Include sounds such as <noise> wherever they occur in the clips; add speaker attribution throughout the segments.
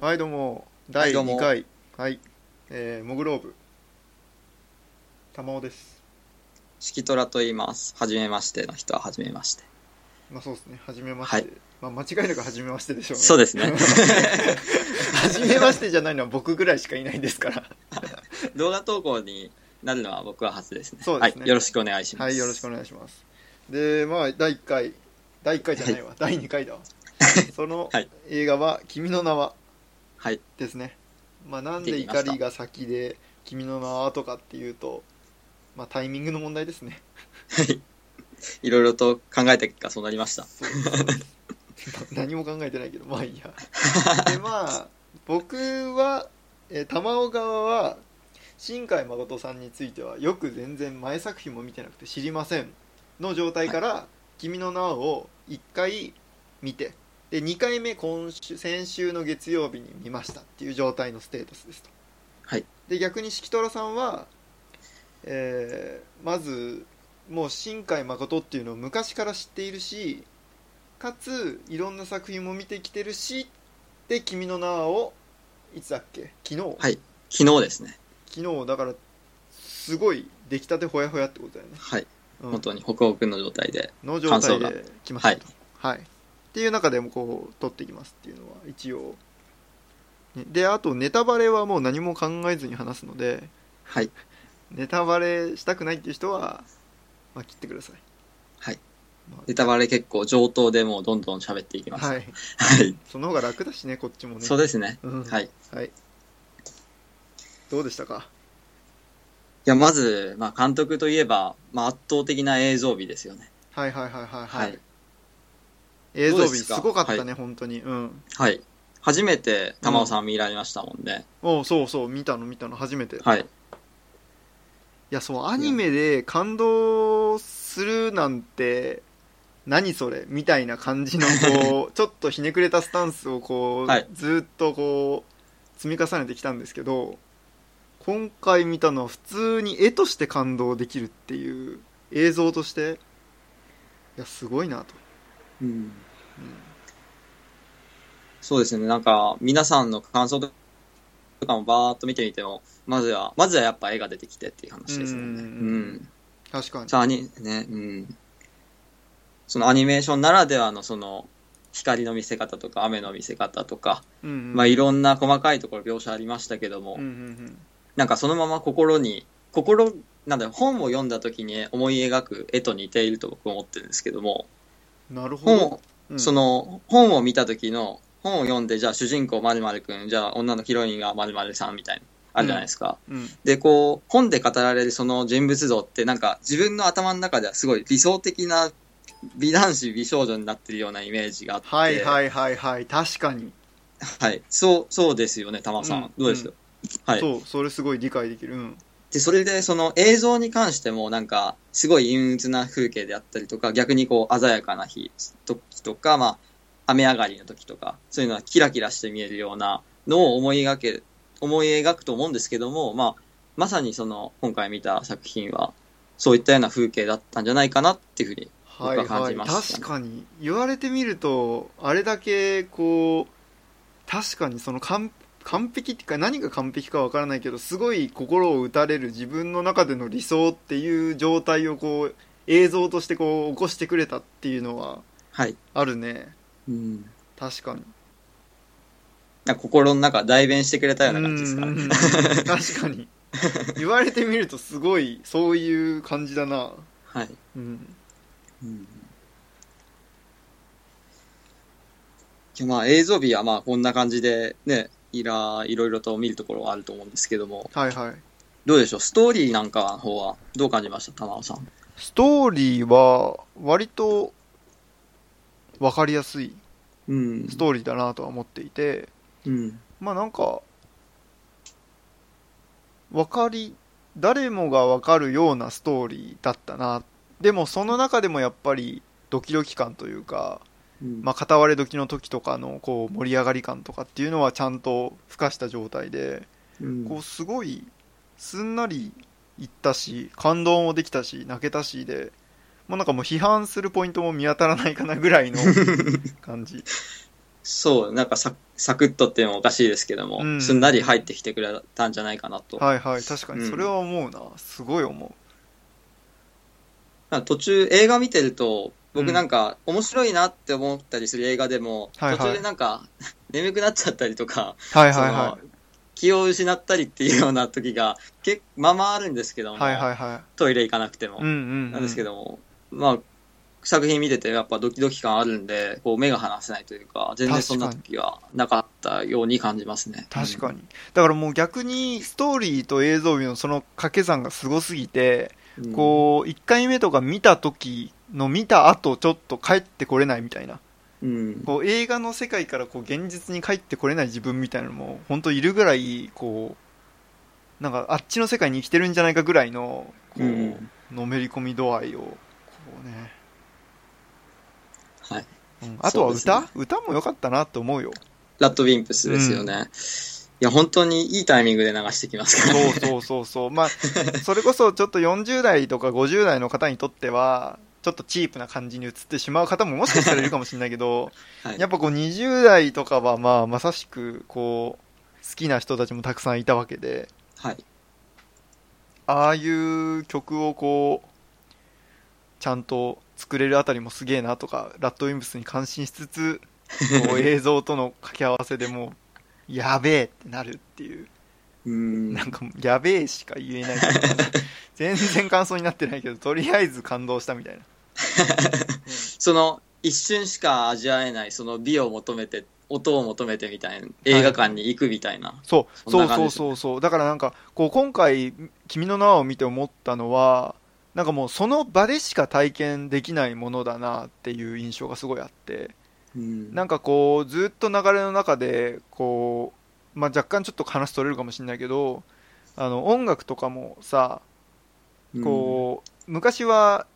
Speaker 1: はいどうも
Speaker 2: は
Speaker 1: 第
Speaker 2: いどう
Speaker 1: 2
Speaker 2: も
Speaker 1: 回はい、えー、モグローブ玉尾です
Speaker 2: シキトラと言います。はじめましての人ははじめまして。
Speaker 1: まあそうですね初めまして、
Speaker 2: はい
Speaker 1: まあ間違いなく初めましてでしょうね。
Speaker 2: そうですね
Speaker 1: 初めましてじゃないのは僕ぐらいしかいないです
Speaker 2: <laughs>
Speaker 1: から
Speaker 2: <laughs> 動画投稿になるのは僕は初ですね。
Speaker 1: そうですね
Speaker 2: はい。よろしくお願いします。
Speaker 1: はいよろしくお願いしますでまあ第1回第1回じゃないわ、第2回だわ
Speaker 2: <laughs>
Speaker 1: その
Speaker 2: はい
Speaker 1: 映画は「君の名は」
Speaker 2: はい
Speaker 1: ですね、まあ、なんで怒りが先で「君の名は」とかっていうと、まあ、タイミングの問題ですね
Speaker 2: いろいろと考えた結果そうなりました。
Speaker 1: そうですそうです <laughs> 何も考えてないけどまあいいや <laughs> でまあ僕は、えー玉尾側は新海誠さんについてはよく全然前作品も見てなくて知りませんの状態から「君の名はを1回見てで2回目今週先週の月曜日に見ましたっていう状態のステータスですと、
Speaker 2: はい、
Speaker 1: で逆に敷虎さんは、えーまずもう新海誠っていうのを昔から知っているしかついろんな作品も見てきてるしで「君の名は」をいつだっけ昨日、
Speaker 2: はい昨日ですね。
Speaker 1: 昨日だからすごい出来たてほやほやってことだよね、
Speaker 2: はい。
Speaker 1: うん
Speaker 2: 本当に北北の状態で。
Speaker 1: の状態
Speaker 2: 感想
Speaker 1: で来ましたと、はいっていう中でもこう撮っていきますっていうのは一応ねであとネタバレはもう何も考えずに話すので
Speaker 2: はい。
Speaker 1: ネタバレしたくないっていう人は、まあ、切ってください
Speaker 2: はい。
Speaker 1: まあ
Speaker 2: ネタバレ結構上等でもうどんどん喋っていきます。は
Speaker 1: はい
Speaker 2: い。
Speaker 1: その方が楽だしねこっちもね
Speaker 2: そうですね。
Speaker 1: うん
Speaker 2: はい。い
Speaker 1: はいどうでしたか
Speaker 2: や、まず、まあ監督といえば、まあ圧倒的な映像美ですよね。
Speaker 1: はいはいはいはいは、
Speaker 2: はいい。
Speaker 1: 映像
Speaker 2: どう
Speaker 1: 美
Speaker 2: です
Speaker 1: す
Speaker 2: か
Speaker 1: ごかったね、
Speaker 2: は
Speaker 1: 本当にうん
Speaker 2: はい。初めて玉尾さん見られましたもんね。
Speaker 1: おうそうそう見たの見たの初めて
Speaker 2: はい。
Speaker 1: いやそうアニメで感動するなんて何それみたいな感じのこうちょっとひねくれたスタンスをこう、
Speaker 2: はい
Speaker 1: ずーっとこう積み重ねてきたんですけど今回見たのは普通に絵として感動できるっていう映像としていやすごいなと、
Speaker 2: うん。
Speaker 1: うん
Speaker 2: そうですね、なんか、皆さんの感想とかもバーっと見てみても、まずは、まずはやっぱ絵が出てきてっていう話ですもんね。
Speaker 1: う
Speaker 2: うんん。
Speaker 1: 確かに
Speaker 2: さあ、に、ね、うん。そのアニメーションならではの、その、光の見せ方とか、雨の見せ方とか、
Speaker 1: うんうん
Speaker 2: まあ、いろんな細かいところ描写ありましたけども、
Speaker 1: うんうん
Speaker 2: なんかそのまま心に、心、なんだろう本を読んだ時に思い描く絵と似ていると僕は思ってるんですけども、
Speaker 1: うんなるほ
Speaker 2: 本を
Speaker 1: ど、うん
Speaker 2: その本を見た時の本を読んでじゃあ主人公まるまるくんじゃあ女のヒロインがまるまるさんみたいなあるじゃないですか、
Speaker 1: うん
Speaker 2: でこう本で語られるその人物像ってなんか自分の頭の中ではすごい理想的な美男子美少女になってるようなイメージがあって
Speaker 1: はい
Speaker 2: い、
Speaker 1: はいはいはい確かに、
Speaker 2: はい、そうそうですよね玉さん、
Speaker 1: うん
Speaker 2: どうです、
Speaker 1: う
Speaker 2: はい、
Speaker 1: そうそれすごい理解できるうん
Speaker 2: でそれでその映像に関してもなんかすごい陰鬱な風景であったりとか逆にこう鮮やかな日時とか、まあ、雨上がりの時とかそういうのはキラキラして見えるようなのを思い描け思い描くと思うんですけども、まあ、まさにその今回見た作品はそういったような風景だったんじゃないかなっていうふうに
Speaker 1: はい
Speaker 2: 僕は感
Speaker 1: は
Speaker 2: じ
Speaker 1: い、
Speaker 2: まし
Speaker 1: 確
Speaker 2: たね
Speaker 1: かに言われてみるとあれだけこう確かにその完完璧っていうか何が完璧かわからないけどすごい心を打たれる自分の中での理想っていう状態をこう映像としてこう起こしてくれたっていうのは
Speaker 2: はい、
Speaker 1: あるね
Speaker 2: うん、
Speaker 1: 確かに
Speaker 2: なんか心の中代弁してくれたような感じですか
Speaker 1: う
Speaker 2: ね
Speaker 1: ん確かに言われてみるとすごいそういう感じだな
Speaker 2: <laughs> はい
Speaker 1: うん
Speaker 2: うんまあ映像美はまあこんな感じでねいらいろいろと見るところはあると思うんですけども
Speaker 1: はいはい
Speaker 2: どうでしょうストーリーなんかの方はどう感じました玉尾さん
Speaker 1: ストーリーは割と分かりやすい
Speaker 2: うん
Speaker 1: ストーリーだなとは思っていて、
Speaker 2: うん
Speaker 1: まあなんか分かり誰もが分かるようなストーリーだったなでもその中でもやっぱりドキドキ感というか、
Speaker 2: うん
Speaker 1: まあ、片割れ時の時とかのこう盛り上がり感とかっていうのはちゃんと付加した状態で
Speaker 2: うん
Speaker 1: こうすごいすんなりいったし感動もできたし泣けたしで
Speaker 2: <laughs>
Speaker 1: もうなんかもう批判するポイントも見当たらないかなぐらいの感じ
Speaker 2: そう、なんかササクッとっていうのもおかしいですけども、
Speaker 1: うん
Speaker 2: すんなり入ってきてくれたんじゃないかなと。
Speaker 1: はいはい確かに
Speaker 2: うん
Speaker 1: それは思うな、すごい思
Speaker 2: なんか途中映画見てる
Speaker 1: う
Speaker 2: と、僕
Speaker 1: ん
Speaker 2: なんか面白いなって思ったりする映画でも、
Speaker 1: はいはい
Speaker 2: 途中でなんか <laughs> 眠くなっちゃったりとか、
Speaker 1: うはいはいは
Speaker 2: その気を失ったりっていうような時が、けまあまああるんですけど
Speaker 1: い
Speaker 2: も、
Speaker 1: はいはいは
Speaker 2: トイレ行かなくても。
Speaker 1: いうんうん、
Speaker 2: なんですけ
Speaker 1: ど
Speaker 2: ども、まあ、作品見ててやっぱドキドキ感あるんで、こう目が離せないというか、全然そんな時はなかったように感じますね。
Speaker 1: 確か
Speaker 2: う
Speaker 1: にだからもう逆にストーリーと映像美のその掛け算がすごすぎて、
Speaker 2: ん、
Speaker 1: こう1回目とか見た時の見た後ちょっと帰ってこれないみたいな
Speaker 2: うん、
Speaker 1: こう映画の世界からこう現実に帰ってこれない自分みたいなのも本当いるぐらいこうなんかあっちの世界に生きてるんじゃないかぐらいのこう、
Speaker 2: うん
Speaker 1: のめり込み度合いをこうね、
Speaker 2: はい。
Speaker 1: うんあとは歌、
Speaker 2: そうで
Speaker 1: 歌も良かったなと思うよ
Speaker 2: ラッドウィンプスですよね。いや、本当にいいタイミングで流してきますからね。
Speaker 1: そうそうそうそうまあそれこそちょっと40代とか50代の方にとってはちょっとチープな感じに映ってしまう方ももしかしたらいるかもしれないけど、
Speaker 2: はい
Speaker 1: やっぱこう20代とかはまあまさしくこう好きな人たちもたくさんいたわけで、
Speaker 2: はい。
Speaker 1: ああいう曲をこうちゃんと作れるあたりもすげえなとかラッドウィンプスに感心しつつこ
Speaker 2: <laughs>
Speaker 1: う映像との掛け合わせでもうやべえってなるっていう
Speaker 2: うん。
Speaker 1: なんかもうやべえしか言え
Speaker 2: <laughs>
Speaker 1: ない全然感想になってないけどとりあえず感動したみたいな
Speaker 2: その、一瞬しか味わえない、その美を求めて、音を求めてみたいな、映画館に行くみたいな。
Speaker 1: そう
Speaker 2: そ
Speaker 1: そ
Speaker 2: ん
Speaker 1: う
Speaker 2: な
Speaker 1: そ
Speaker 2: 感じ
Speaker 1: うそうそうだからなんかこう今回「君の名は」を見て思ったのはなんかもうその場でしか体験できないものだなっていう印象がすごいあって
Speaker 2: うん。
Speaker 1: なんかこうずっと流れの中でこう、まあ、若干ちょっと話取れるかもしれないけどあの音楽とかもさこう、昔は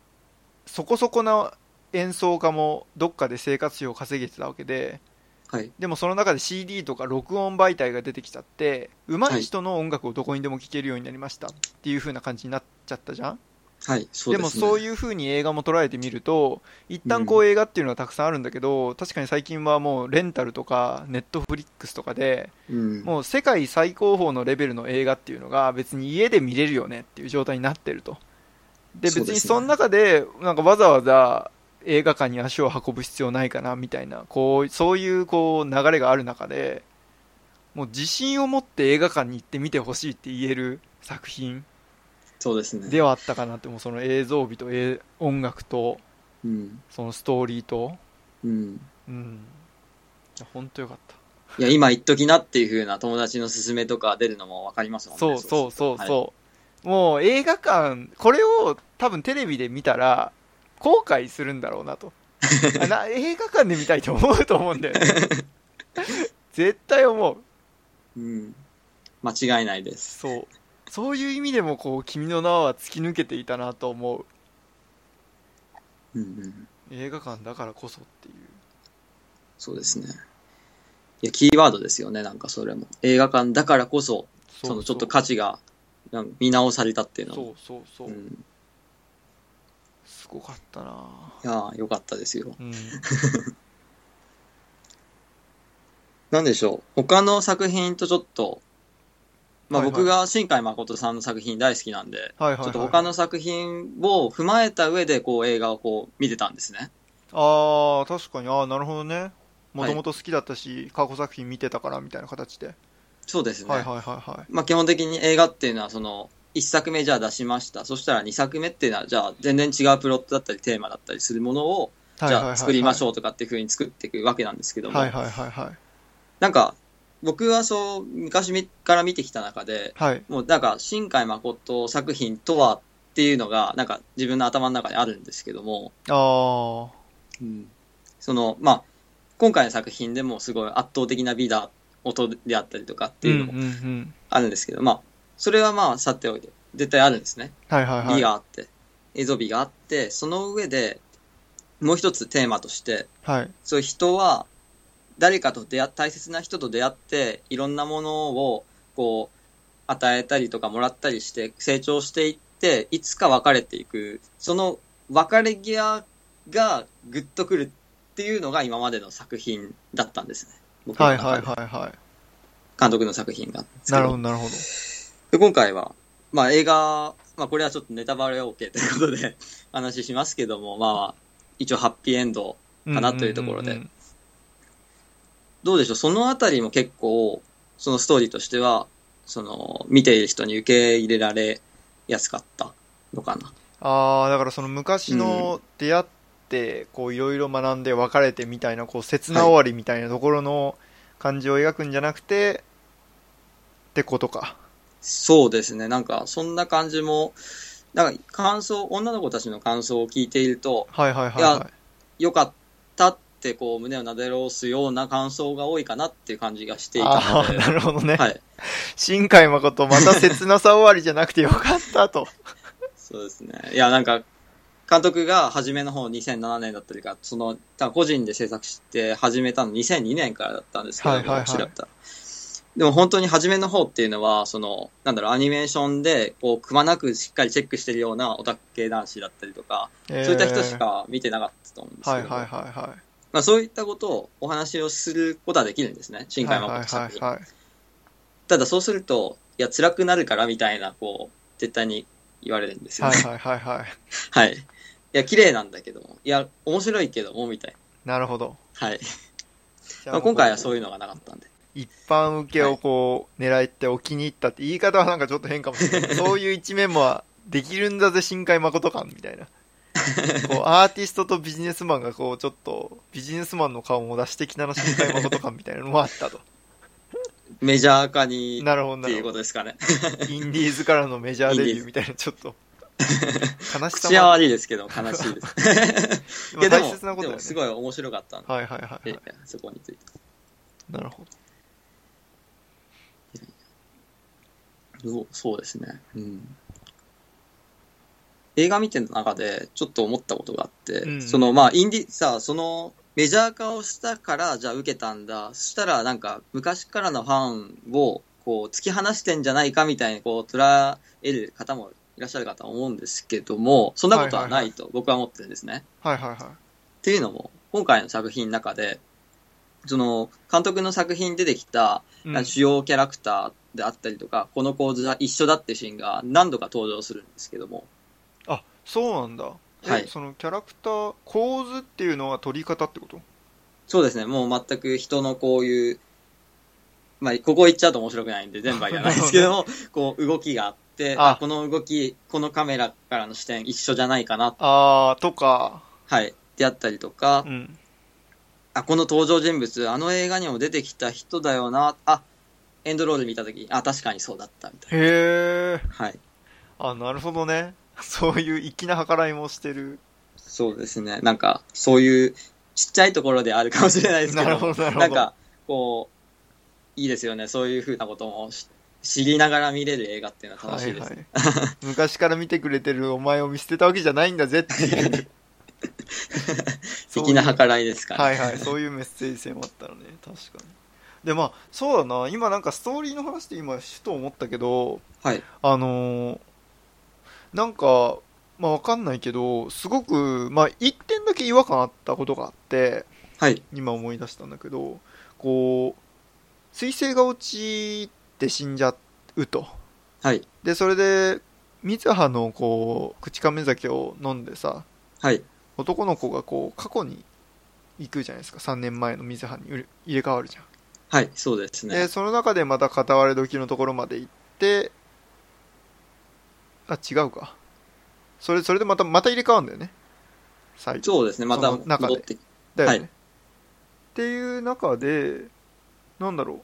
Speaker 1: そこそこな演奏家もどっかで生活費を稼げてたわけで
Speaker 2: うん、はい。
Speaker 1: でもその中で CD とか録音媒体が出てきちゃって上手い人の音楽をどこにでも聴けるようになりましたっていう風な感じになっちゃったじゃん
Speaker 2: はい、そう
Speaker 1: で
Speaker 2: です、ね。
Speaker 1: もそういう風に映画も捉えてみると一旦こう映画っていうのはたくさんあるんだけど、確かに最近はもうレンタルとかネットフリックスとかで
Speaker 2: うん、
Speaker 1: もう世界最高峰のレベルの映画っていうのが別に家で見れるよねっていう状態になってるとで別
Speaker 2: そうです
Speaker 1: に
Speaker 2: ね
Speaker 1: その中でなんかわざわざ映画館に足を運ぶ必要ないかなみたいなこうそういうこう流れがある中でもう自信を持って映画館に行って見てほしいって言える作品
Speaker 2: そうですね。
Speaker 1: ではあったかなってもうその映像美と映音楽と
Speaker 2: うん。
Speaker 1: そのストーリーと
Speaker 2: うん。
Speaker 1: うんいや本当よかった
Speaker 2: いや、今言っときなっていう風な友達の勧めとか出るのもわかりますもんね。
Speaker 1: そうそうそう
Speaker 2: はい
Speaker 1: そう、もう映画館これを多分テレビで見たら後悔するんだろうな
Speaker 2: <laughs>
Speaker 1: とあな映画館で見たいと思うと思うんだよね絶対思う
Speaker 2: うん。間違いないです。
Speaker 1: そうそういう意味でもこう「君の名は」突き抜けていたなと思う
Speaker 2: うんうん。
Speaker 1: 映画館だからこそっていう
Speaker 2: そうですね。いや、キーワードですよね、なんかそれも。映画館だからこそ、
Speaker 1: そ
Speaker 2: そのちょっと価値がなんか見直されたっていうの
Speaker 1: そ
Speaker 2: も。
Speaker 1: うそうそう、
Speaker 2: うん。
Speaker 1: すごかったない
Speaker 2: やー、よかったですよ。 <laughs>
Speaker 1: うん
Speaker 2: なんでしょう。他の作品とちょっと、まあ
Speaker 1: はいはい
Speaker 2: 僕が新海誠さんの作品大好きなんで、
Speaker 1: はいはい、はい、
Speaker 2: ちょっと他の作品を踏まえた上で、こう映画をこう見てたんですね。
Speaker 1: ああ確かにああなるほどねもともと好きだったし、過去作品見てたからみたいな形で
Speaker 2: そうですね。
Speaker 1: はいはいはいはい
Speaker 2: まあ、基本的に映画っていうのはその1作目じゃあ出しましたそしたら2作目っていうのはじゃあ全然違うプロットだったりテーマだったりするものをじゃあ作りまし
Speaker 1: う
Speaker 2: ょうとかっていうふうに作っていくわけなんですけども、
Speaker 1: はいはいはいはい
Speaker 2: なんか僕はそう昔みから見てきた中で
Speaker 1: はい
Speaker 2: もうなんか新海誠作品とはっていうのがなんか自分の頭の中にあるんですけども、
Speaker 1: ああは
Speaker 2: そのまあ今回の作品でもすごい圧倒的な美だ音であったりとかっていうのも
Speaker 1: うんうんうん
Speaker 2: あるんですけど、まあそれはまあさておいて絶対あるんですね
Speaker 1: はいはいはい
Speaker 2: 美があって、映像美があって、その上で、もう一つテーマとして、
Speaker 1: はい
Speaker 2: そういう人は、誰かと出会っ、大切な人と出会って、いろんなものを、こう、与えたりとかもらったりして、成長していって、いつか別れていく。その別れ際がグッとくるってっていうのが今までの作品だったんですね。僕の
Speaker 1: はい
Speaker 2: 中で
Speaker 1: はいはいは
Speaker 2: 監督の作品があったんです
Speaker 1: い。
Speaker 2: け
Speaker 1: なるほどなるほど。
Speaker 2: で今回は、まあ映画、まあこれはちょっとネタバレ OK ということで話しますけども、まあ一応ハッピーエンド、かなというところで
Speaker 1: うんうんうん
Speaker 2: どうでしょう、そのあたりも結構、そのストーリーとしては、その見ている人に受け入れられやすかったのかな。
Speaker 1: ああ、だからその昔の出会って、こういろいろ学んで別れてみたいな、こう刹那終わりみたいなところの感じを描くんじゃなくて、ってことか。
Speaker 2: そうですね、なんかそんな感じも、なんか感想、女の子たちの感想を聞いていると、
Speaker 1: はいはいはい
Speaker 2: い
Speaker 1: は
Speaker 2: や良かったってこう胸をなで下ろすような感想が多いかなっていう感じがして
Speaker 1: い。
Speaker 2: いた
Speaker 1: あ
Speaker 2: の
Speaker 1: あ、
Speaker 2: で、
Speaker 1: なるほどね。
Speaker 2: はい、
Speaker 1: 新海誠、また切なさ終わりじゃなくてよかったと。
Speaker 2: そうですね。いや、なんか、監督が初めの方2007年だったりか、その、多分個人で制作して始めたの2002年からだったんですけど、
Speaker 1: はいはいはい
Speaker 2: 調べたらでも本当に初めの方っていうのは、その、なんだろう、アニメーションで、こう、くまなくしっかりチェックしてるようなオタク系男子だったりとか、
Speaker 1: そう
Speaker 2: <laughs> そういった人しか見てなかったと思うんですけど、
Speaker 1: はいはいはいはい。
Speaker 2: まあ、そういったことをお話をすることはできるんですね、新海誠作品。
Speaker 1: はいはいはいはい
Speaker 2: ただそうすると、いや、辛くなるからみたいな、こう、絶対に言われるんですよね。
Speaker 1: はいはいはいはい。
Speaker 2: はい。いや、綺麗なんだけども。いや、面白いけども、みたい
Speaker 1: なるほ <laughs> ど。
Speaker 2: な。はい。
Speaker 1: じゃ
Speaker 2: まあ、今回は
Speaker 1: う
Speaker 2: そういうのがなかったんで。
Speaker 1: 一般受けをこう狙ってお気に入ったって言い方はなんかちょっと変かもしれないそういう一面もできるんだぜ新海誠感みたいなこうアーティストとビジネスマンがこうちょっとビジネスマンの顔も出してきたな新海誠感みたいなのもあったと
Speaker 2: メジャー化に、
Speaker 1: <laughs> なるほど
Speaker 2: っ
Speaker 1: な
Speaker 2: ていう
Speaker 1: る
Speaker 2: こ
Speaker 1: ほ
Speaker 2: とですかね。
Speaker 1: どインディーズからのメジャーデビューみたいなちょっと悲しさ
Speaker 2: <laughs> 口は
Speaker 1: も
Speaker 2: 悪いですけど、悲しいです。
Speaker 1: <laughs>
Speaker 2: い
Speaker 1: でも
Speaker 2: や、で
Speaker 1: 大
Speaker 2: も、
Speaker 1: 切なことだよ
Speaker 2: でも
Speaker 1: ね
Speaker 2: すごい面白かったんで
Speaker 1: はいはいはい、
Speaker 2: い
Speaker 1: はい
Speaker 2: やい、やそこについて。
Speaker 1: なるほど
Speaker 2: そうそうですね。うん。映画見ての中で、ちょっと思ったことがあって、
Speaker 1: うん
Speaker 2: その、まあ、インディ、さあ、その、メジャー化をしたから、じゃあ受けたんだ。そしたら、なんか、昔からのファンを、こう、突き放してんじゃないかみたいに、こう、捉える方もいらっしゃるかと思うんですけども、そんなことはないと僕は思ってるんですね。
Speaker 1: はいはいはい
Speaker 2: っていうのも、今回の作品の中で、その、監督の作品に出てきた、
Speaker 1: うん
Speaker 2: 主要キャラクターであったりとか、この構図が一緒だってシーンが何度か登場するんですけども、
Speaker 1: あそうなんだえ、
Speaker 2: はい
Speaker 1: そのキャラクター構図っていうのは撮り方ってこと
Speaker 2: そうですね、もう全く人のこういう、まあ、ここ行っちゃうと面白くないんで、全部は言わないです
Speaker 1: <laughs>
Speaker 2: けども、こう、動きがあって、
Speaker 1: あ
Speaker 2: あこの動き、このカメラからの視点一緒じゃないかな、
Speaker 1: ああとか
Speaker 2: はい、であったりとか
Speaker 1: う、ん
Speaker 2: あ、この登場人物、あの映画にも出てきた人だよな、あ、エンドロール見たとき、あ、確かにそうだった、みたい
Speaker 1: へえ
Speaker 2: な。はい。
Speaker 1: あなるほどね <laughs> そういう粋な計らいもしてる
Speaker 2: そうですね。なんか、そういうちっちゃいところであるかもしれないですけど、
Speaker 1: なるほどなるほど
Speaker 2: んか、こう、いいですよね。そういうふうなこともし知りながら見れる映画っていうのは楽しいです。
Speaker 1: はいはい、昔から見てくれてるお前を見捨てたわけじゃないんだぜっていう <laughs> そうい
Speaker 2: <laughs> 粋
Speaker 1: う
Speaker 2: な計らいですから、
Speaker 1: はいはいそういうメッセージ性もあった
Speaker 2: <laughs>
Speaker 1: のね確かにでまあそうだな今なんかストーリーの話で今ふと思ったけど
Speaker 2: はい。
Speaker 1: あのーなんか、まあ、わかんないけど、すごく、まあ、一点だけ違和感あったことがあって、
Speaker 2: はい。
Speaker 1: 今思い出したんだけど、こう、彗星が落ちて死んじゃうと。
Speaker 2: はい。
Speaker 1: で、それで、水葉の、こう、口亀酒を飲んでさ、
Speaker 2: はい。
Speaker 1: 男の子が、こう、過去に行くじゃないですか。3年前の水葉に入れ入れ替わるじゃん。
Speaker 2: はい。そうですね。
Speaker 1: でその中でまた片割れ時のところまで行ってあ違うかそれそれでまたまた入れ替わるんだよね最後
Speaker 2: そうですね。また
Speaker 1: その中で
Speaker 2: 戻って、
Speaker 1: だよね、
Speaker 2: は
Speaker 1: っ
Speaker 2: い
Speaker 1: ていう中でなんだろう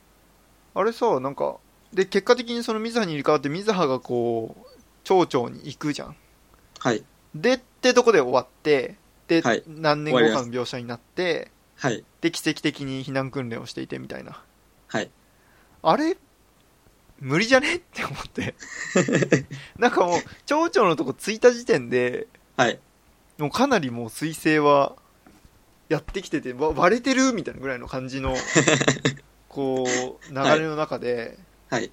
Speaker 1: あれさなんかで結果的にその水葉に入れ替わって水葉がこう町長に行くじゃん
Speaker 2: はい。
Speaker 1: でってとこで終わってで、
Speaker 2: はい
Speaker 1: 何年後かの描写になって
Speaker 2: はい。
Speaker 1: で奇跡的に避難訓練をしていてみたいな
Speaker 2: はい。
Speaker 1: あれ無理じゃねって思
Speaker 2: <laughs>
Speaker 1: って。なんかもう、町長のとこ着いた時点で、
Speaker 2: はい。
Speaker 1: もうかなりもう彗星は、やってきてて、わ割れてるみたいなぐらいの感じ
Speaker 2: <laughs>
Speaker 1: の、こう、流れの中で、
Speaker 2: はい。
Speaker 1: い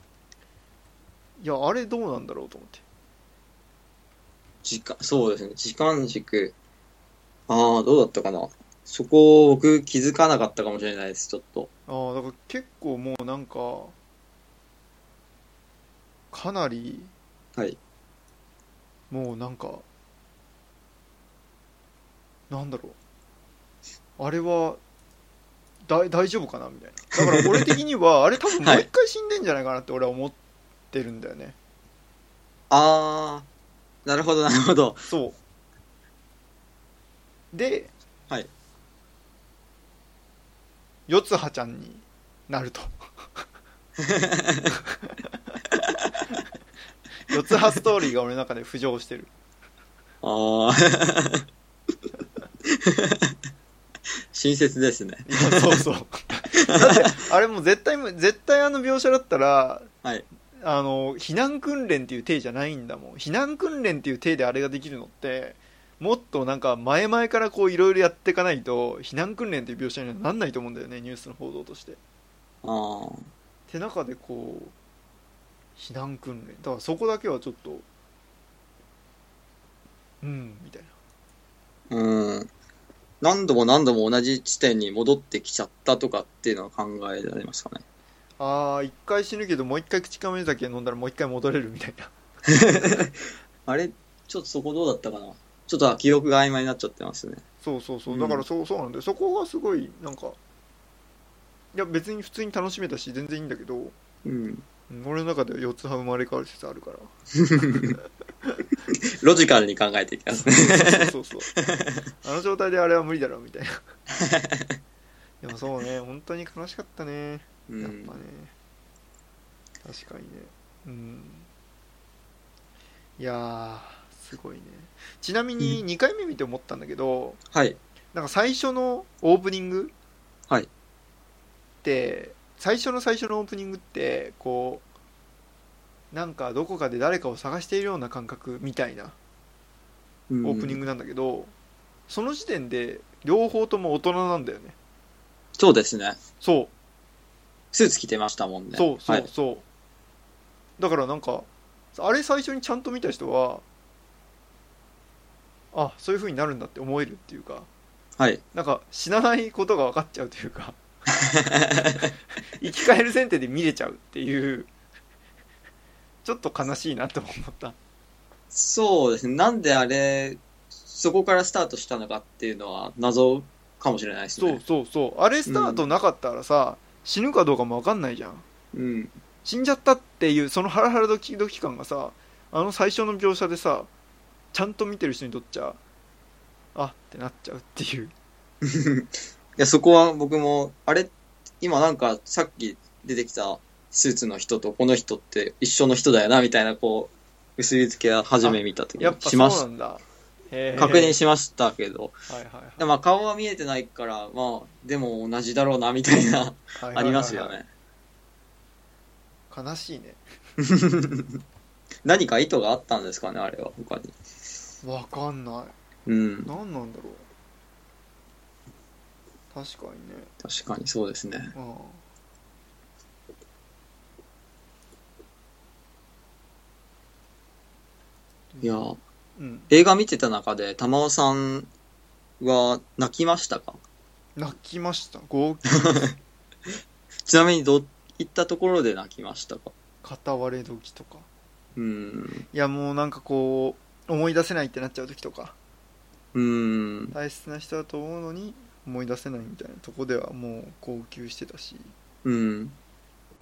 Speaker 1: や、あれどうなんだろうと思って。
Speaker 2: 時間、そうですね。時間軸。ああ、どうだったかな。そこを僕気づかなかったかもしれないです、ちょっと。
Speaker 1: ああだから結構もうなんかかなり
Speaker 2: はい。
Speaker 1: もうなんかなんだろうあれはだ大丈夫かなみたいなだから俺的にはあれ多分もう一回死んでんじゃないかなって俺は思ってるんだよね
Speaker 2: あー、なるほど、なるほど。
Speaker 1: そうで、
Speaker 2: はい
Speaker 1: 四葉ちゃんにな
Speaker 2: <laughs>
Speaker 1: ると四葉ストーリーが俺の中で浮上してる
Speaker 2: あー。 <laughs> 親切ですね。
Speaker 1: いや <laughs> そうそうだってあれもう絶対無絶対あの描写だったら、
Speaker 2: はい
Speaker 1: あの避難訓練っていう体じゃないんだもん避難訓練っていう体であれができるのってもっとなんか前々からこういろいろやっていかないと避難訓練っていう描写にはなんないと思うんだよねニュースの報道として
Speaker 2: あー。
Speaker 1: て中でこう避難訓練だからそこだけはちょっとうんみたいな
Speaker 2: うん。何度も何度も同じ地点に戻ってきちゃったとかっていうのは考えられますかね。
Speaker 1: あー一回死ぬけどもう一回口亀酒飲んだらもう一回戻れるみたいな
Speaker 2: あれちょっとそこどうだったかなちょっと記憶が曖昧になっちゃってますね。
Speaker 1: そうそうそううんだからそう,、そうなんでそこがすごいなんかいや別に普通に楽しめたし全然いいんだけど
Speaker 2: うん。
Speaker 1: うん俺の中では四つ葉生まれ変わる説あるから
Speaker 2: ロジカルに考えていきますね。
Speaker 1: そうそうそうあの状態であれは無理だろみたいなでもそうね本当に悲しかったね
Speaker 2: う
Speaker 1: やっぱね
Speaker 2: ん。、
Speaker 1: 確かにねうんいやーすごいねちなみに2回目見て思ったんだけど、
Speaker 2: はい。
Speaker 1: なんか最初のオープニング
Speaker 2: はい
Speaker 1: で最初の最初のオープニングってこうなんかどこかで誰かを探しているような感覚みたいな
Speaker 2: オ
Speaker 1: オープニン
Speaker 2: グ。
Speaker 1: グなんだけど、その時点で両方とも大人なんだよね
Speaker 2: そうですね。
Speaker 1: そ
Speaker 2: スーツ着てましたもん
Speaker 1: う
Speaker 2: ね。
Speaker 1: そうそ
Speaker 2: は
Speaker 1: う
Speaker 2: い。
Speaker 1: そう、だからなんかあれ最初にちゃんと見た人はあそういう風になるんだって思えるっていうか
Speaker 2: はい。
Speaker 1: なんか死なないことが分かっちゃうというか生き返る前提で見れちゃうっていうちょっと悲しいなと思った
Speaker 2: そうですね。なんであれ、そこからスタートしたのかっていうのは謎かもしれないです
Speaker 1: そう
Speaker 2: ね。
Speaker 1: そうそうあれスタートなかったらさ、死ぬかどうかも分かんないじゃん
Speaker 2: う。うん。
Speaker 1: 死んじゃったっていうそのハラハラドキドキ感がさあの最初の描写でさちゃんと見てる人にとっちゃあってなっちゃうっていう
Speaker 2: いや、そこは僕も、あれ、今なんかさっき出てきたスーツの人とこの人って一緒の人だよな、みたいな、こう、結びつけ初め見た時
Speaker 1: やっ
Speaker 2: に
Speaker 1: ぱ
Speaker 2: し
Speaker 1: そうな
Speaker 2: まし
Speaker 1: んだへー
Speaker 2: 確認しましたけど、
Speaker 1: はいはい
Speaker 2: でまあ顔は見えてないから、まあ、でも同じだろうな、みたいな、
Speaker 1: はいはいはいはい
Speaker 2: ありますよね。
Speaker 1: 悲しいね
Speaker 2: 何か意図があったんですかね、あれは、他に。
Speaker 1: 分かんない
Speaker 2: うん、
Speaker 1: 何なんだろう確かにね
Speaker 2: 確かにそうですね。
Speaker 1: うん
Speaker 2: いやー、
Speaker 1: うん
Speaker 2: 映画見てた中で、玉尾さんは泣きましたか
Speaker 1: 泣きました号泣
Speaker 2: ちなみに、どういったところで泣きましたか
Speaker 1: 片割れ時とか
Speaker 2: うん、
Speaker 1: いやもうなんかこう思い出せないってなっちゃう時とか
Speaker 2: うん。
Speaker 1: 大切な人だと思うのに思い出せないみたいなとこではもう号泣してたし、
Speaker 2: うん。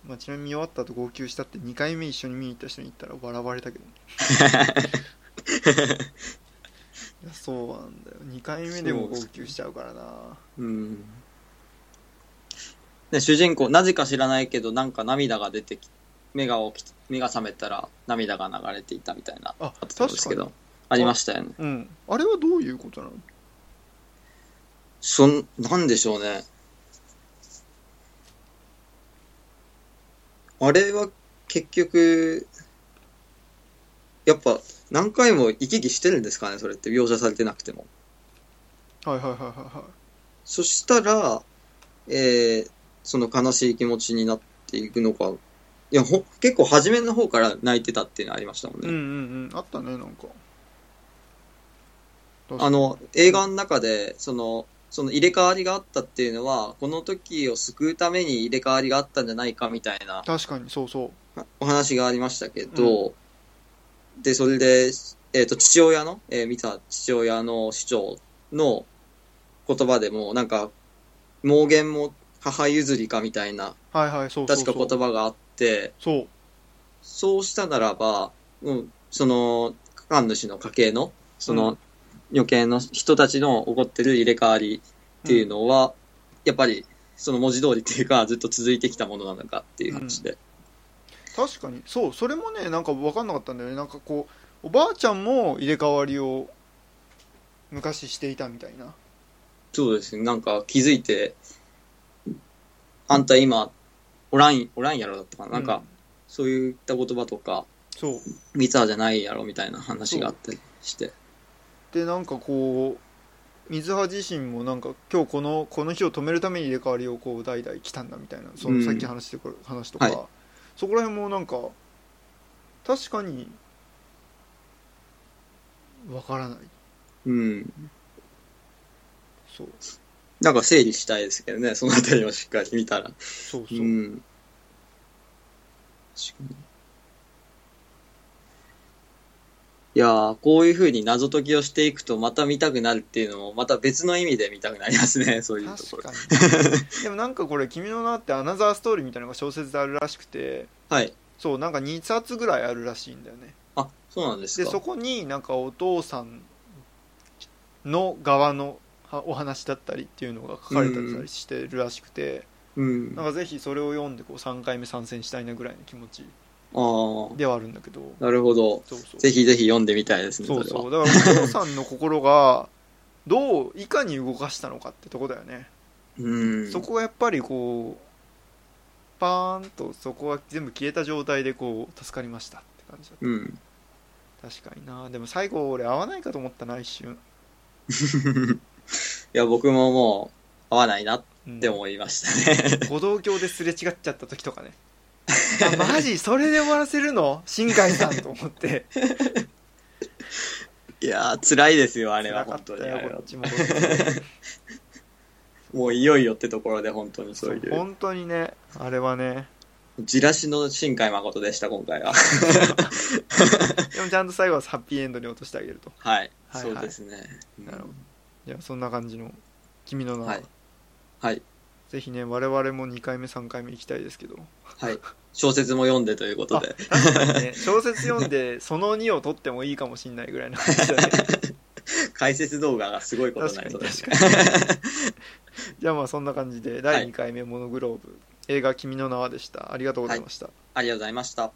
Speaker 1: まあ、ちなみに見終わった後号泣したって2回目一緒に見に行った人に言ったら笑われ
Speaker 2: <laughs>
Speaker 1: たけどねいやそうなんだよ2回目でも号泣しちゃうからな
Speaker 2: うん。で、主人公、なぜか知らないけど、なんか涙が出てき、目が起き、目が覚めたら涙が流れていたみたいな、
Speaker 1: あ
Speaker 2: あっ
Speaker 1: 確
Speaker 2: たんです
Speaker 1: か
Speaker 2: け
Speaker 1: に
Speaker 2: ど、ありましたよね。
Speaker 1: うん、あれはどういうことなの
Speaker 2: そん、なんでしょうね。あれは結局、やっぱ何回も行き来してるんですかね、それって描写されてなくても。
Speaker 1: はいはいはいはいはい
Speaker 2: そしたら、えーその悲しい気持ちになっていくのか、いや、ほ、結構初めの方から泣いてたっていうのありましたもん
Speaker 1: うんう
Speaker 2: ね。
Speaker 1: んうんあったねなんか
Speaker 2: あの、映画の中で、その、その入れ替わりがあったっていうのは、この時を救うために入れ替わりがあったんじゃないかみたいな
Speaker 1: 確かにそうそう
Speaker 2: お話がありましたけど、で、それで、えっ、と、父親の、えー見た父親の市長の言葉でも、なんか、盲言も母譲りかみたいな、
Speaker 1: はいはいそうそう
Speaker 2: 確
Speaker 1: そ
Speaker 2: か
Speaker 1: う
Speaker 2: 言葉があって、
Speaker 1: そう
Speaker 2: そうしたならば、うん、その、神主の家系の、その、余計の人たちの起こってる入れ替わりっていうのは、やっぱり、その文字通りっていうか、ずっと続いてきたものなのかっていう話で。
Speaker 1: 確かにそうそれもねなんか分かんなかったんだよねなんかこうおばあちゃんも入れ替わりを昔していたみたいな
Speaker 2: そうですね、なんか気づいて、あんた今、おらん、おらんやろだったかな。なんか、
Speaker 1: うん
Speaker 2: そういった言葉とか、
Speaker 1: そう
Speaker 2: ミツァじゃないやろみたいな話があったりして。
Speaker 1: でなんかこう水波自身もなんか今日このこの日を止めるために入れ替わりをこう代々来たんだみたいなそうの
Speaker 2: ん
Speaker 1: さっき話してくる話とか、
Speaker 2: はい
Speaker 1: そこら辺もなんか確かにわからない
Speaker 2: うん。
Speaker 1: そう
Speaker 2: なんか整理したいですけどね、そのあたりをしっかり見たら。
Speaker 1: そう
Speaker 2: う
Speaker 1: そう、
Speaker 2: ん。確かに。いやー、こういう風に謎解きをしていくと、また見たくなるっていうのも、また別の意味で見たくなりますね、そういうと
Speaker 1: 確
Speaker 2: ころ。
Speaker 1: かにでもなんかこれ「君の名」ってアナザーストーリーみたいなのが小説であるらしくて
Speaker 2: はい。
Speaker 1: そうなんか2冊ぐらいあるらしいんだよね
Speaker 2: あ、そうなんです
Speaker 1: で
Speaker 2: か。
Speaker 1: そこになんかお父さんの側のはお話だったりっていうのが書かれてたりしてるらしくて、
Speaker 2: うん。
Speaker 1: なんかぜひそれを読んでこう3回目参戦したいなぐらいの気持ち
Speaker 2: ああ、
Speaker 1: ではあるんだけど
Speaker 2: なるほど。
Speaker 1: そうそう
Speaker 2: ぜひぜひ読んでみたいですね、
Speaker 1: そう
Speaker 2: れは。
Speaker 1: そうだからお父さんの心がどういかに動かしたのかってとこだよね
Speaker 2: うん。
Speaker 1: そこがやっぱりこうパーンとそこが全部消えた状態でこう助かりましたって感じだっ
Speaker 2: うん。
Speaker 1: た確かになでも最後俺合わないかと思ったな一瞬、
Speaker 2: いや、僕ももう、合わないなっ
Speaker 1: うん
Speaker 2: て思いましたね。
Speaker 1: 歩道橋ですれ違っちゃった時とかねあマジそれで終わらせるの新海さんと思って
Speaker 2: <laughs> いやー、辛いですよ、あ
Speaker 1: あ
Speaker 2: れは、
Speaker 1: か
Speaker 2: 本
Speaker 1: った
Speaker 2: 当に。
Speaker 1: よ
Speaker 2: あれ
Speaker 1: こ
Speaker 2: は
Speaker 1: っちも
Speaker 2: もういよいよってところで、本当にそういう。
Speaker 1: 本当にねあれはね
Speaker 2: じらしの新海誠でした、今
Speaker 1: <laughs>
Speaker 2: 回は。
Speaker 1: でもちゃんと最後はハッピーエンドに落としてあげると
Speaker 2: はい。
Speaker 1: はい
Speaker 2: そうですね。
Speaker 1: なるほどいやそんな感じの君の名は、
Speaker 2: はいはい。
Speaker 1: ぜひね我々も2回目3回目行きたいですけど
Speaker 2: はい。小説も読んでということで。
Speaker 1: 確かにね <laughs> 小説読んでその2を取ってもいいかもしんないぐらいの話
Speaker 2: <laughs>
Speaker 1: だね
Speaker 2: 解説動画がすごいことに
Speaker 1: 確か
Speaker 2: なり
Speaker 1: に
Speaker 2: そ
Speaker 1: 確
Speaker 2: うです。
Speaker 1: かに <laughs> じゃあまあそんな感じで第2回目「モノグローブ」映画「君の名は」でしたありがとうございました、
Speaker 2: ありがとうございました。